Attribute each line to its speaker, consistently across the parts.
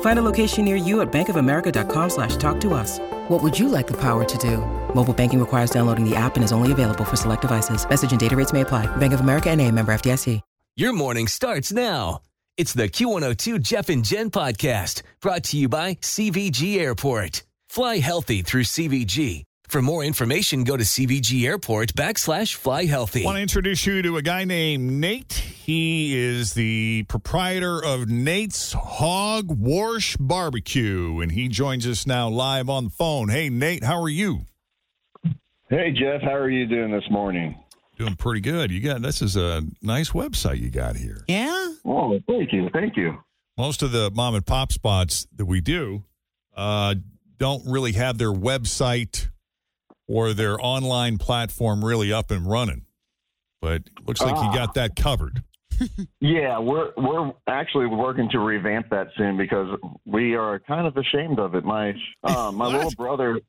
Speaker 1: Find a location near you at bankofamerica.com slash talk to us. What would you like the power to do? Mobile banking requires downloading the app and is only available for select devices. Message and data rates may apply. Bank of America and a member FDIC.
Speaker 2: Your morning starts now. It's the Q102 Jeff and Jen podcast brought to you by CVG Airport. Fly healthy through CVG. For more information, go to CVG Airport backslash fly healthy.
Speaker 3: want to introduce you to a guy named Nate. He is the proprietor of Nate's Hog Wash Barbecue, and he joins us now live on the phone. Hey, Nate, how are you?
Speaker 4: Hey Jeff, how are you doing this morning?
Speaker 3: Doing pretty good. You got this is a nice website you got here.
Speaker 1: Yeah?
Speaker 4: Oh, thank you, thank you.
Speaker 3: Most of the mom and pop spots that we do uh, don't really have their website or their online platform really up and running, but looks like you
Speaker 4: Ah.
Speaker 3: got that covered.
Speaker 4: Yeah, we're we're actually working to revamp that soon because we are kind of ashamed of it. My uh, my little brother,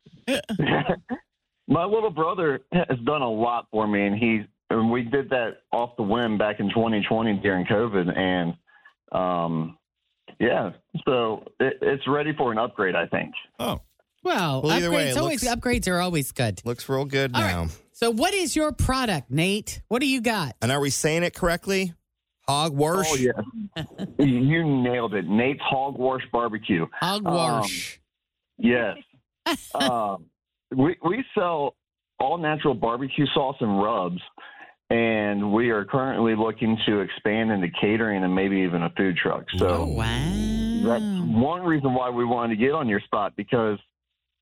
Speaker 4: my little brother has done a lot for me, and he and we did that off the whim back in 2020 during COVID, and um, yeah, so it, it's ready for an upgrade, I think.
Speaker 3: Oh,
Speaker 5: Well,
Speaker 6: Well, either
Speaker 5: upgrades,
Speaker 6: way, it
Speaker 5: always,
Speaker 6: looks-
Speaker 5: upgrades are always good.
Speaker 6: Looks real good
Speaker 5: All
Speaker 6: now.
Speaker 5: So, what is your product, Nate? What do you got?
Speaker 6: And are we saying it correctly? Hogwash?
Speaker 4: Oh yeah, you nailed it, Nate's Hogwash Barbecue.
Speaker 5: Hogwash.
Speaker 4: Yes. um, we, we sell all natural barbecue sauce and rubs, and we are currently looking to expand into catering and maybe even a food truck.
Speaker 7: Um,
Speaker 5: oh,
Speaker 4: So that's
Speaker 5: wow.
Speaker 4: one reason why we wanted to get on your spot because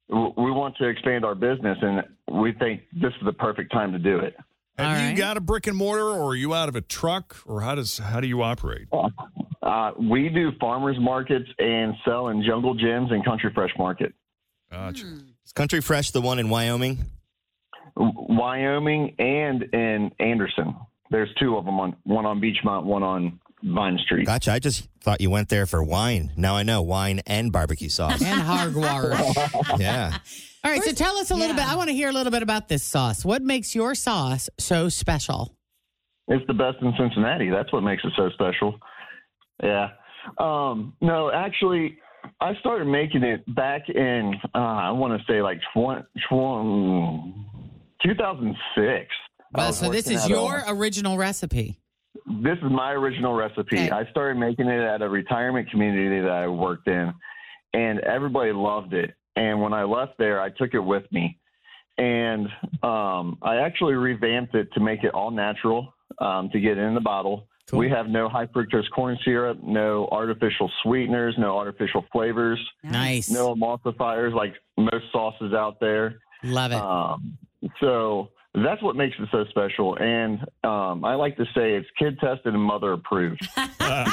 Speaker 4: w- we want to expand our business, and we think this is the perfect time to do it.
Speaker 3: Have
Speaker 5: All
Speaker 3: you
Speaker 5: right.
Speaker 3: got a brick and mortar, or are you out of a truck, or how does how do you operate?
Speaker 7: Oh.
Speaker 4: Uh, we do farmers markets and sell in Jungle Gyms and Country Fresh Market.
Speaker 3: Gotcha.
Speaker 7: Hmm.
Speaker 6: Is Country Fresh the one in Wyoming?
Speaker 4: Wyoming and in Anderson. There's two of them on one on Beachmont, one on Vine Street.
Speaker 6: Gotcha. I just thought you went there for wine. Now I know wine and barbecue sauce.
Speaker 5: And hogwash.
Speaker 6: yeah.
Speaker 5: All right, so tell us a little
Speaker 7: yeah.
Speaker 5: bit. I want to hear a little bit about this sauce. What makes your sauce so special?
Speaker 7: Oh,
Speaker 4: It's the best in Cincinnati. That's what makes it so special. Yeah. Um, no, actually, I started making it back in uh, I want to say like 20, 2006. I
Speaker 5: Well,
Speaker 4: was
Speaker 5: so this
Speaker 4: working
Speaker 5: is
Speaker 4: at
Speaker 5: your
Speaker 4: a-
Speaker 5: original recipe.
Speaker 4: this is my original recipe.
Speaker 5: Okay.
Speaker 4: I started making it at a retirement community that I worked in, and everybody loved it. And when I left there, I took it with me, and um, I actually revamped it to make it all natural um, to get in the bottle. We have no high fructose corn syrup, no artificial sweeteners, no artificial flavors,
Speaker 5: Nice.
Speaker 4: no emulsifiers like most sauces out there.
Speaker 5: Love it.
Speaker 7: Oh.
Speaker 4: Um, so that's what makes it so special. And um, I like to say it's kid tested and mother approved.
Speaker 3: Uh,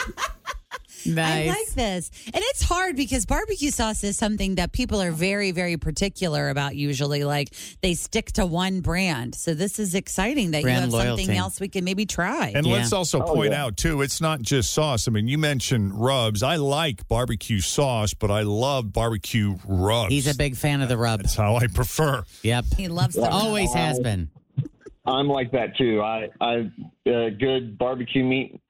Speaker 5: nice.
Speaker 7: I like this. And it's hard because barbecue sauce is something that people are very, very particular about usually. Like they stick to one brand. So this is exciting that
Speaker 5: Brand
Speaker 7: you have
Speaker 5: loyalty.
Speaker 7: something else we can maybe try.
Speaker 3: And let's also
Speaker 4: Oh,
Speaker 3: point
Speaker 4: yeah.
Speaker 3: out too, it's not just sauce. I mean, you mentioned rubs. I like barbecue sauce, but I love barbecue rubs.
Speaker 5: He's a big fan of the rub.
Speaker 3: That's how I prefer.
Speaker 5: Yep.
Speaker 7: he loves the
Speaker 5: Always has been.
Speaker 4: I'm like that too. I, I uh, good barbecue meat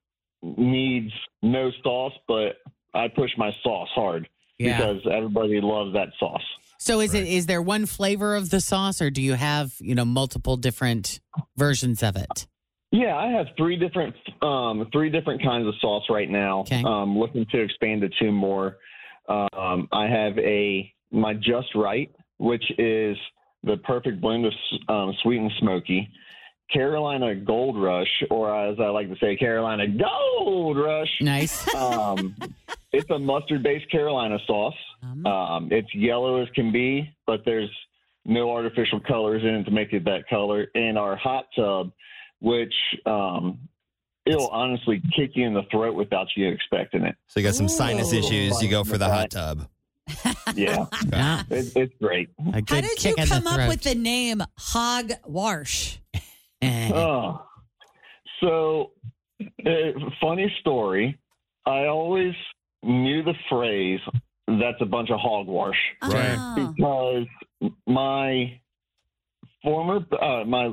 Speaker 4: needs no sauce, but I push my sauce hard
Speaker 5: Yeah.
Speaker 4: because everybody loves that sauce.
Speaker 5: So is it is there one flavor of the sauce or do you have, you know, multiple different versions of it?
Speaker 4: Yeah, I have three different um, three different kinds of sauce right now.
Speaker 5: Okay.
Speaker 4: Um, looking to expand to two more. Um, I have a my just right, which is the perfect blend of s- um, sweet and smoky, Carolina Gold Rush, or as I like to say, Carolina Gold Rush.
Speaker 5: Nice.
Speaker 4: Um, it's a mustard-based Carolina sauce.
Speaker 8: Mm-hmm.
Speaker 7: Um,
Speaker 4: Um, it's yellow as can be, but there's no artificial colors in it to make it that color. In our hot tub, which um, it'll honestly kick you in the throat without you expecting it.
Speaker 6: So you got some sinus
Speaker 7: Ooh.
Speaker 6: issues. You go for the hot tub.
Speaker 4: Yeah,
Speaker 5: Yeah.
Speaker 4: it, it's great.
Speaker 5: A
Speaker 7: How
Speaker 5: good
Speaker 7: did you
Speaker 5: kick in the
Speaker 7: come up with
Speaker 5: throat.
Speaker 7: the name Hog Wash?
Speaker 5: Eh.
Speaker 4: Oh, so uh, funny story. I always knew the phrase "that's a bunch of hogwash"
Speaker 3: Right.
Speaker 7: Oh.
Speaker 4: because my former uh, my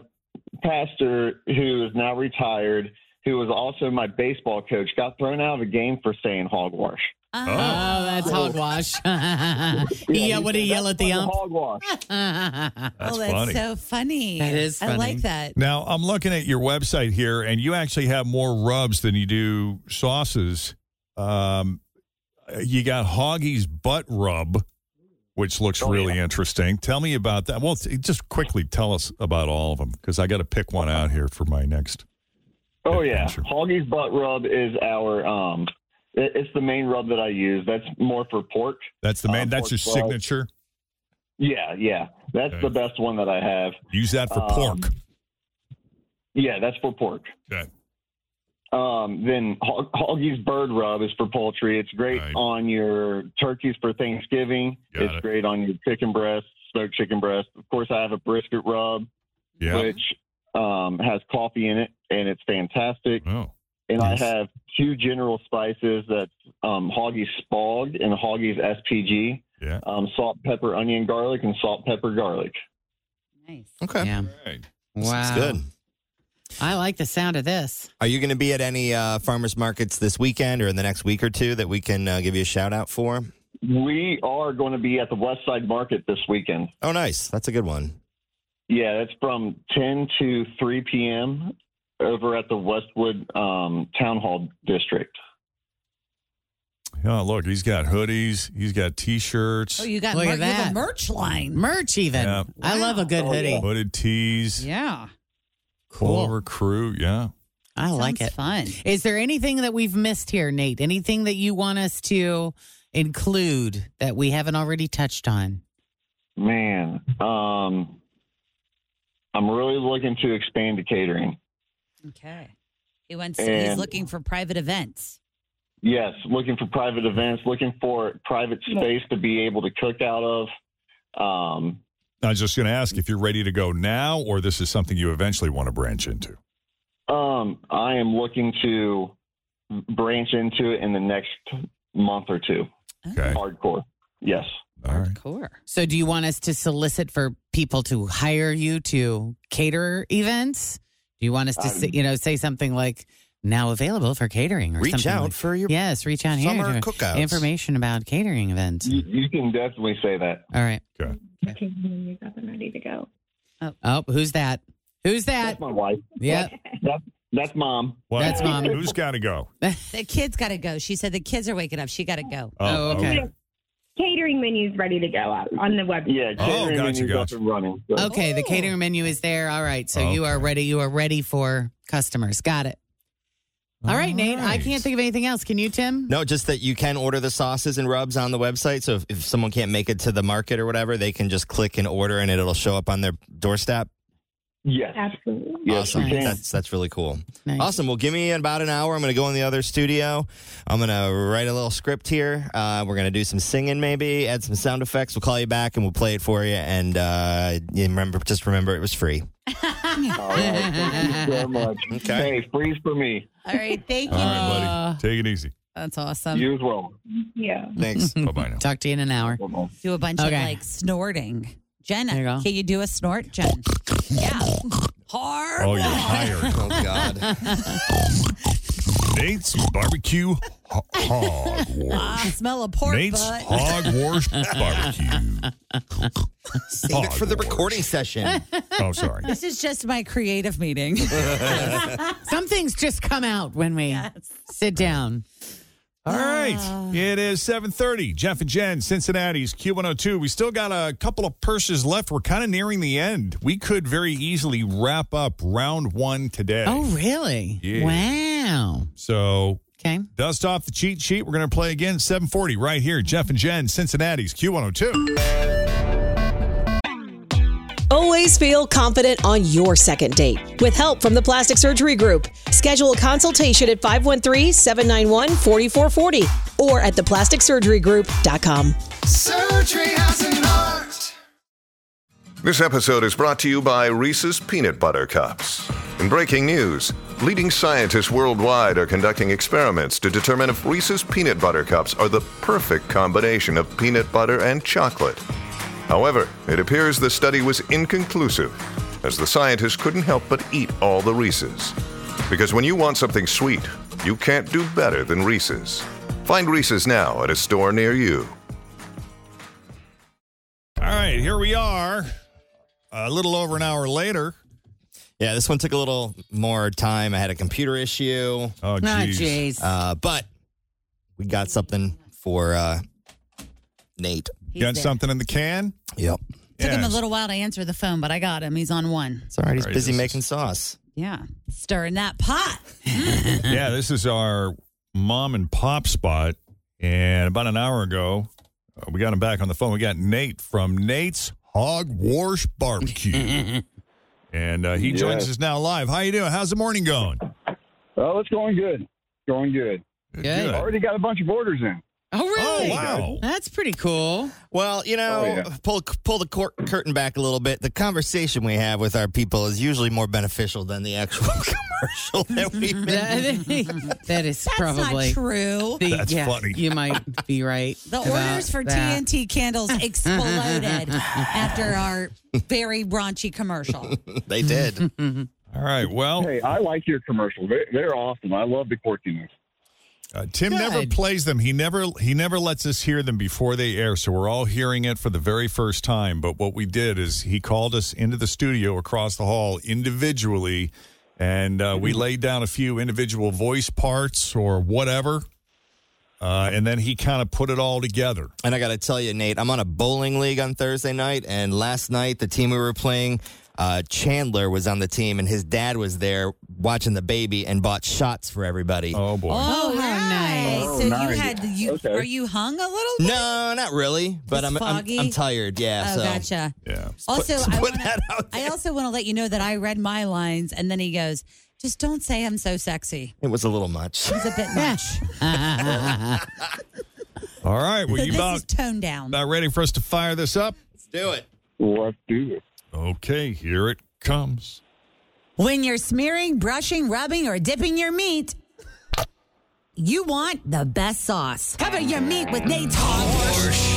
Speaker 4: pastor, who is now retired, who was also my baseball coach, got thrown out of a game for saying hogwash.
Speaker 7: Oh.
Speaker 5: Oh, that's hogwash. he
Speaker 4: Yeah,
Speaker 5: yeah, would
Speaker 4: said,
Speaker 5: he yell
Speaker 4: "That's
Speaker 5: at the
Speaker 4: a bunch
Speaker 5: ump?
Speaker 4: of Hogwash.
Speaker 3: That's
Speaker 7: oh, that's
Speaker 3: funny.
Speaker 7: so funny.
Speaker 5: That is
Speaker 7: I like
Speaker 5: funny.
Speaker 7: that.
Speaker 3: Now, I'm looking at your website here, and you actually have more rubs than you do sauces. Um, you got Hoggy's butt rub, which looks
Speaker 4: Oh,
Speaker 3: really
Speaker 4: yeah.
Speaker 3: interesting. Tell me about that. Well, t- just quickly tell us about all of them because I got to pick one out here for my next.
Speaker 4: Oh yeah,
Speaker 3: Adventure.
Speaker 4: Hoggy's butt rub is our um, it- it's the main rub that I use. That's more for pork.
Speaker 3: That's the man.
Speaker 4: Um,
Speaker 3: that's your
Speaker 4: pork rub.
Speaker 3: signature.
Speaker 4: Yeah, yeah, that's
Speaker 3: Okay.
Speaker 4: the best one that I have.
Speaker 3: Use that for
Speaker 4: Um,
Speaker 3: pork.
Speaker 4: Yeah, that's for pork.
Speaker 3: Okay.
Speaker 4: Um, then Hog- Hoggy's bird rub is for poultry. It's great
Speaker 3: Right.
Speaker 4: on your turkeys for Thanksgiving.
Speaker 3: Got
Speaker 4: it's
Speaker 3: it.
Speaker 4: great on your chicken breast, smoked chicken breast. Of course, I have a brisket rub,
Speaker 3: Yeah.
Speaker 4: which um, has coffee in it, and it's fantastic.
Speaker 3: Oh.
Speaker 4: And
Speaker 3: Nice.
Speaker 4: I have two general spices that's um, Hoggy's Spog and Hoggy's SPG
Speaker 3: Yeah.
Speaker 4: um, salt, pepper, onion, garlic, and salt, pepper, garlic.
Speaker 7: Nice.
Speaker 6: Okay.
Speaker 5: Yeah.
Speaker 3: Right.
Speaker 5: Wow.
Speaker 6: It's good.
Speaker 5: I like the sound of this.
Speaker 6: Are you going to be at any uh, farmers markets this weekend or in the next week or two that we can uh, give you a shout out for?
Speaker 4: We are going to be at the West Side Market this weekend.
Speaker 6: Oh, nice. That's a good one.
Speaker 4: Yeah, that's from 10 to 3 p.m. over at the Westwood um, Town Hall District.
Speaker 3: Oh, look, he's got hoodies. He's got T-shirts,
Speaker 7: Oh, you got
Speaker 5: Look
Speaker 7: mer-
Speaker 5: at
Speaker 7: you have
Speaker 5: that.
Speaker 7: a merch line.
Speaker 5: Merch, even.
Speaker 3: Yeah.
Speaker 5: I love a good
Speaker 4: Oh, yeah.
Speaker 5: hoodie.
Speaker 3: hooded tees,
Speaker 5: Yeah.
Speaker 3: cool
Speaker 5: Cool.
Speaker 3: recruit. Yeah.
Speaker 5: I like
Speaker 7: Sounds
Speaker 5: it.
Speaker 7: Fun.
Speaker 5: Is there anything that we've missed here, Nate? Anything that you want us to include that we haven't already touched on?
Speaker 4: Man, um, I'm really looking to expand to catering.
Speaker 7: Okay. He wants. he's
Speaker 4: And-
Speaker 7: looking for private events.
Speaker 4: Yes, looking for private events, looking for private space to be able to cook out of. Um,
Speaker 3: I was just going to ask if you're ready to go now, or this is something you eventually want to branch into.
Speaker 4: um, I am looking to branch into it in the next month or two.
Speaker 3: Okay.
Speaker 4: Hardcore. Yes.
Speaker 3: All right.
Speaker 7: Hardcore.
Speaker 5: So, do you want us to solicit for people to hire you to cater events? Do you want us to, say,
Speaker 4: Um,
Speaker 5: you know, say something like "now available for catering" or
Speaker 6: Reach
Speaker 5: something
Speaker 6: out
Speaker 5: like-
Speaker 6: for your
Speaker 5: yes, reach out
Speaker 6: summer
Speaker 5: here. to-
Speaker 6: cookouts.
Speaker 5: Information about catering events.
Speaker 4: You, you can definitely say that.
Speaker 5: All right.
Speaker 9: Okay, and you got them ready to go.
Speaker 5: Oh, who's that? Who's that?
Speaker 4: That's my wife.
Speaker 5: Yeah.
Speaker 4: That's, that's mom.
Speaker 3: Well,
Speaker 5: That's mom.
Speaker 3: Who's got to go?
Speaker 7: The kids got to go. She said the kids are waking up. She got to go.
Speaker 5: Oh, okay.
Speaker 9: Catering menu's ready to go out on the website.
Speaker 4: Yeah,
Speaker 3: Oh,
Speaker 4: catering
Speaker 3: gotcha,
Speaker 4: menu's
Speaker 3: gotcha.
Speaker 4: up and running. So-
Speaker 5: Okay, the
Speaker 7: Oh.
Speaker 5: catering menu is there. All right, so you are
Speaker 3: Okay.
Speaker 5: ready. You are ready for customers. Got it. All right, Nate. I
Speaker 3: right.
Speaker 5: can't think of anything else. Can you, Tim?
Speaker 6: No, just that you can order the sauces and rubs on the website. So if, if someone can't make it to the market or whatever, they can just click and order and it'll show up on their doorstep.
Speaker 4: Yes.
Speaker 9: Absolutely.
Speaker 4: Yes,
Speaker 5: Awesome.
Speaker 4: we can.
Speaker 6: That's that's really cool.
Speaker 5: Nice.
Speaker 6: Awesome. Well, give me about an hour. I'm going to go in the other studio. I'm going to write a little script here. Uh, we're going to do some singing, maybe add some sound effects. We'll call you back and we'll play it for you. And uh, you remember, just remember, it was free.
Speaker 4: All right. Thank you so much.
Speaker 6: Okay.
Speaker 4: Hey, freeze for me.
Speaker 7: All right. Thank you.
Speaker 3: All right, buddy. Take it easy.
Speaker 7: That's
Speaker 5: Um,
Speaker 7: awesome.
Speaker 4: you as well.
Speaker 9: Yeah.
Speaker 6: Thanks.
Speaker 3: Bye bye now.
Speaker 5: Talk to you in an hour.
Speaker 4: Bye-bye.
Speaker 7: do a bunch
Speaker 5: Okay.
Speaker 7: of like snorting. Jenna,
Speaker 5: There you go.
Speaker 7: can you do a snort, Jen? yeah. Hard.
Speaker 3: Oh, you're hired.
Speaker 6: Oh God.
Speaker 3: Nate's barbecue ho- hog
Speaker 7: I
Speaker 3: wash.
Speaker 7: smell a pork
Speaker 3: Nate's
Speaker 7: butt.
Speaker 3: hog wash barbecue.
Speaker 6: Save it for the recording session.
Speaker 3: Oh, sorry.
Speaker 7: This is just my creative meeting.
Speaker 5: Some things just come out when we sit down.
Speaker 3: All right. It is 7:30. Jeff and Jen, Cincinnati's Q102. We still got a couple of purses left. We're kind of nearing the end. We could very easily wrap up round 1 today.
Speaker 1: Oh, really?
Speaker 3: Yeah.
Speaker 1: Wow.
Speaker 3: So,
Speaker 1: Okay.
Speaker 3: dust off the cheat sheet. We're going to play again 7:40 right here. Jeff and Jen, Cincinnati's Q102.
Speaker 10: Always feel confident on your second date. With help from the Plastic Surgery Group, schedule a consultation at 513-791-4440 or at theplasticsurgerygroup.com.
Speaker 11: Surgery has an art.
Speaker 8: This episode is brought to you by Reese's Peanut Butter Cups. In breaking news, leading scientists worldwide are conducting experiments to determine if Reese's Peanut Butter Cups are the perfect combination of peanut butter and chocolate. However, it appears the study was inconclusive, as the scientists couldn't help but eat all the Reese's. Because when you want something sweet, you can't do better than Reese's. Find Reese's now at a store near you.
Speaker 3: All right, here we are. A little over an hour later.
Speaker 6: Yeah, this one took a little more time. I had a computer issue.
Speaker 3: Oh
Speaker 1: Ah,
Speaker 3: jeez.
Speaker 1: jeez.
Speaker 6: Uh, but we got something for uh, Nate.
Speaker 5: He's
Speaker 3: Got
Speaker 5: there.
Speaker 3: something in the can?
Speaker 6: Yep.
Speaker 5: Took him a
Speaker 3: Yes.
Speaker 5: little while to answer the phone, but I got him. He's on one.
Speaker 6: It's all right. He's
Speaker 3: All right,
Speaker 6: busy
Speaker 3: this
Speaker 6: making sauce.
Speaker 5: Yeah. Stirring that pot.
Speaker 3: yeah, this is our mom and pop spot. And about an hour ago, uh, we got him back on the phone. We got Nate from Nate's Hog Wash Barbecue. and uh, he joins
Speaker 4: Yes.
Speaker 3: us now live. How you doing? How's the morning going?
Speaker 4: Oh, it's going good. Going good.
Speaker 1: Good.
Speaker 4: Already got a bunch of orders in.
Speaker 1: Oh, really?
Speaker 3: wow.
Speaker 1: That's pretty cool.
Speaker 6: Well, you know,
Speaker 4: Oh, yeah.
Speaker 6: pull pull the cor- curtain back a little bit. The conversation we have with our people is usually more beneficial than the actual commercial that we make.
Speaker 1: That- that is
Speaker 5: That's
Speaker 1: probably
Speaker 5: not true.
Speaker 1: the-
Speaker 3: That's
Speaker 1: yeah,
Speaker 3: funny.
Speaker 1: You might be right.
Speaker 5: The
Speaker 1: about
Speaker 5: orders for
Speaker 1: that.
Speaker 5: TNT candles exploded after our very raunchy commercial.
Speaker 6: they did.
Speaker 3: All right. Well,
Speaker 4: Hey, I like your commercials. They- They're awesome. I love the quirkiness.
Speaker 3: uh, Tim never
Speaker 1: Good.
Speaker 3: plays them. He never he never lets us hear them before they air, so we're all hearing it for the very first time. But what we did is he called us into the studio across the hall individually, and uh, we laid down a few individual voice parts or whatever, uh, and then he kind of put it all together.
Speaker 6: And I got to tell you, Nate, I'm on a bowling league on Thursday night, and last night the team we were playing, uh, Chandler was on the team, and his dad was there watching the baby and bought shots for everybody.
Speaker 3: Oh boy!
Speaker 1: Oh, how nice.
Speaker 5: So
Speaker 4: Oh,
Speaker 5: you
Speaker 4: nice.
Speaker 5: had you
Speaker 4: Okay.
Speaker 5: were you hung a little? bit?
Speaker 6: No, not really,
Speaker 5: It's
Speaker 6: but I'm, I'm
Speaker 5: foggy?
Speaker 6: I'm tired. Yeah,
Speaker 5: Oh,
Speaker 6: so
Speaker 5: gotcha.
Speaker 3: Yeah.
Speaker 5: Also,
Speaker 6: put
Speaker 5: I,
Speaker 6: that
Speaker 5: wanna,
Speaker 6: out
Speaker 5: I also want to let you know that I read my lines, and then he goes, "Just don't say I'm so sexy."
Speaker 6: it was a little much.
Speaker 5: It's a bit much.
Speaker 3: All right. Well,
Speaker 5: So
Speaker 3: you
Speaker 5: this is
Speaker 3: about
Speaker 5: toned down.
Speaker 3: about ready for us to fire this up?
Speaker 6: Do it.
Speaker 4: Let's do it.
Speaker 3: Okay. Here it comes.
Speaker 5: When you're smearing, brushing, rubbing, or dipping your meat, you want the best sauce. Cover your meat with Nate's Hog Wash.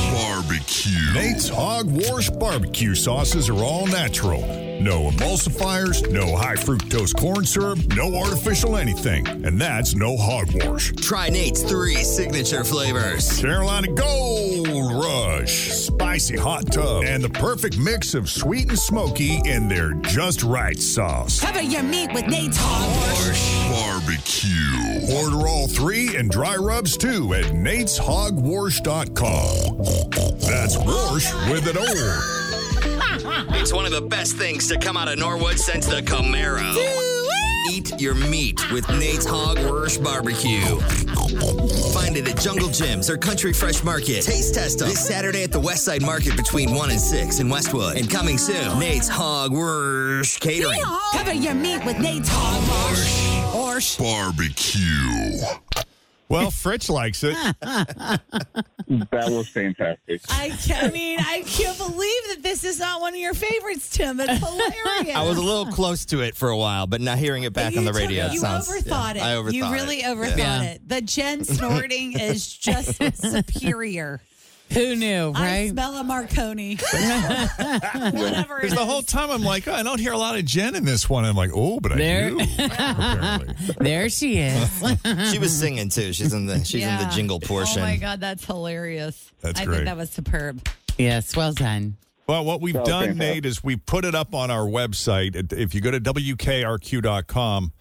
Speaker 3: Nate's Hog Wash barbecue sauces are all natural. No emulsifiers, no high fructose corn syrup, no artificial anything. And that's no hog wash.
Speaker 6: Try Nate's three signature flavors.
Speaker 3: Carolina Gold Rush, spicy hot tub, and the perfect mix of sweet and smoky in their just right sauce.
Speaker 5: Cover your meat with Nate's Hog Wash.
Speaker 3: Barbecue. Order all three and dry rubs too at nateshogwash.com. That's Warsh with an O.
Speaker 6: It's one of the best things to come out of Norwood since the Camaro. Eat your meat with Nate's Hog Wurst Barbecue. Find it at Jungle Gyms or Country Fresh Market. Taste test 'em this Saturday at the Westside Market between 1 and 6 in Westwood. And coming soon, Nate's Hog Wurst Catering.
Speaker 5: Cover your meat with Nate's Hog Wash. Orsh.
Speaker 3: Barbecue. Well, Fritz likes it.
Speaker 4: That was fantastic.
Speaker 5: I, I mean, I can't believe that this is not one of your favorites, Tim. It's hilarious.
Speaker 6: I was a little close to it for a while, but now hearing it back
Speaker 5: You
Speaker 6: on the
Speaker 5: took-
Speaker 6: radio, it
Speaker 5: You
Speaker 6: sounds.
Speaker 5: overthought
Speaker 6: yeah, I
Speaker 5: it.
Speaker 6: overthought
Speaker 5: you really
Speaker 6: it.
Speaker 5: overthought
Speaker 1: Yeah.
Speaker 5: it. The Jen snorting is just superior.
Speaker 1: Who knew,
Speaker 5: I
Speaker 1: right?
Speaker 5: smell a Marconi. Whatever.
Speaker 3: Because the whole time I'm like, oh, I don't hear a lot of Jen in this one. I'm like, oh, but I
Speaker 1: There-
Speaker 3: do. apparently.
Speaker 1: there she is.
Speaker 6: She was singing too. She's in the she's in the jingle portion.
Speaker 5: Oh my god, that's hilarious.
Speaker 3: That's
Speaker 5: I
Speaker 3: great.
Speaker 5: think that was superb.
Speaker 1: yes, well done.
Speaker 3: Well, what we've
Speaker 4: Oh,
Speaker 3: done,
Speaker 4: fantastic.
Speaker 3: Nate, is we put it up on our website. If you go to wkrq.com,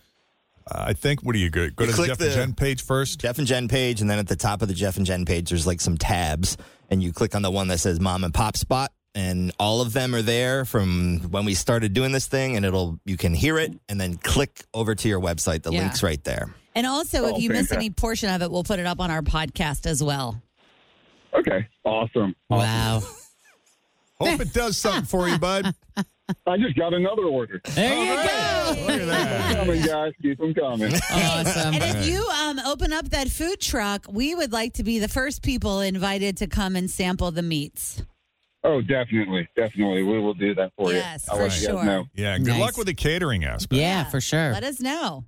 Speaker 3: uh, I think. What do you go, go
Speaker 6: You
Speaker 3: to the
Speaker 6: click
Speaker 3: Jeff and
Speaker 6: the-
Speaker 3: Jen page first?
Speaker 6: Jeff and Jen page, and then at the top of the Jeff and Jen page, there's like some tabs, and you click on the one that says Mom and Pop Spot, and all of them are there from when we started doing this thing, and it'll you can hear it, and then click over to your website. The
Speaker 5: Yeah.
Speaker 6: link's right there.
Speaker 5: And also,
Speaker 6: Oh,
Speaker 5: if you miss
Speaker 6: fantastic.
Speaker 5: any portion of it, we'll put it up on our podcast as well.
Speaker 8: Okay. Awesome.
Speaker 1: Wow.
Speaker 3: Hope it does something for you, bud.
Speaker 8: I just got another order.
Speaker 1: There
Speaker 8: you go. Look at that. Keep 'em coming, guys. Keep them coming.
Speaker 1: Awesome.
Speaker 5: And if you um, open up that food truck, we would like to be the first people invited to come and sample the meats.
Speaker 8: Oh, definitely, definitely, we will do that for you.
Speaker 5: Yes,
Speaker 8: I'll
Speaker 5: for
Speaker 8: let you guys
Speaker 5: sure.
Speaker 8: know.
Speaker 3: Yeah, good luck with the catering aspect.
Speaker 1: Yeah, for sure.
Speaker 5: Let us know.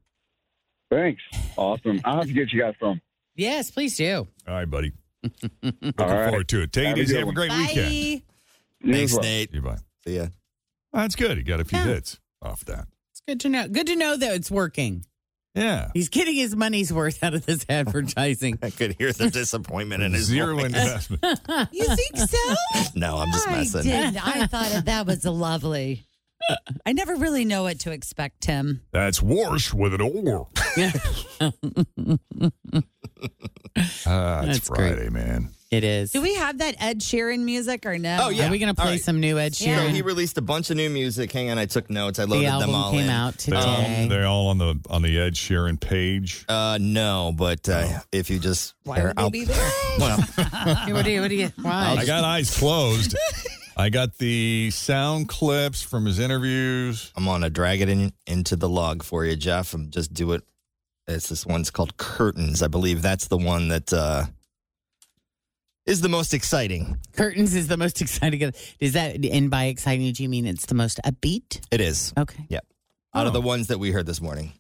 Speaker 8: Thanks. Awesome. I'll have to get you guys some.
Speaker 1: Yes, please do.
Speaker 3: All right, buddy. Looking
Speaker 8: right.
Speaker 3: forward to it. Take
Speaker 8: Have
Speaker 3: it
Speaker 8: a
Speaker 3: easy.
Speaker 8: good
Speaker 3: Have a
Speaker 8: one.
Speaker 3: great weekend.
Speaker 5: Bye.
Speaker 8: Thanks,
Speaker 6: Nate.
Speaker 3: Goodbye.
Speaker 6: See ya.
Speaker 3: That's good. He got a few hits off that.
Speaker 1: It's good to know. Good to know that it's working.
Speaker 3: Yeah.
Speaker 1: He's getting his money's worth out of this advertising.
Speaker 6: I could hear the disappointment in his
Speaker 3: Zero
Speaker 6: voice.
Speaker 3: investment.
Speaker 5: You think so?
Speaker 6: No, I'm just
Speaker 5: I
Speaker 6: messing.
Speaker 5: did. I thought that, that was lovely. I never really know what to expect, Tim.
Speaker 3: That's worse with an or. Ah, it's
Speaker 1: That's great.
Speaker 3: Friday, man.
Speaker 1: It is.
Speaker 5: Do we have that Ed Sheeran music or no?
Speaker 6: Oh yeah,
Speaker 1: Are we gonna
Speaker 6: All
Speaker 1: play some new Ed
Speaker 6: So
Speaker 1: Sheeran?
Speaker 6: he released a bunch of new music. Hang on, I took notes. I loaded
Speaker 1: the album
Speaker 6: them all
Speaker 1: came
Speaker 6: in.
Speaker 1: out
Speaker 3: They're all,
Speaker 1: today.
Speaker 3: they're all on the on the Ed Sheeran page.
Speaker 6: Uh, no, but uh, if you just
Speaker 5: Why would they
Speaker 6: I'll-
Speaker 5: be there?
Speaker 6: well,
Speaker 1: Hey, what do you? What do you? Why?
Speaker 3: I got eyes closed. I got the sound clips from his interviews.
Speaker 6: I'm gonna drag it in into the log for you, Jeff. And just do it. It's this one's called Curtains. I believe that's the one that uh, is the most exciting.
Speaker 1: Curtains is the most exciting. Is that and by exciting do you mean it's the most upbeat?
Speaker 6: It is
Speaker 1: Okay.
Speaker 6: out of
Speaker 3: Oh.
Speaker 6: the ones that we heard this morning.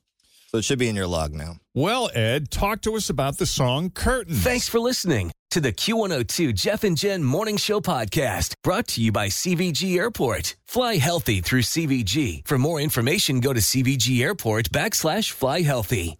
Speaker 6: So it should be in your log now.
Speaker 3: Well, Ed, talk to us about the song Curtains.
Speaker 2: Thanks for listening to the Q102 Jeff and Jen Morning Show podcast brought to you by CVG Airport. Fly healthy through CVG. For more information, go to CVG Airport backslash fly healthy.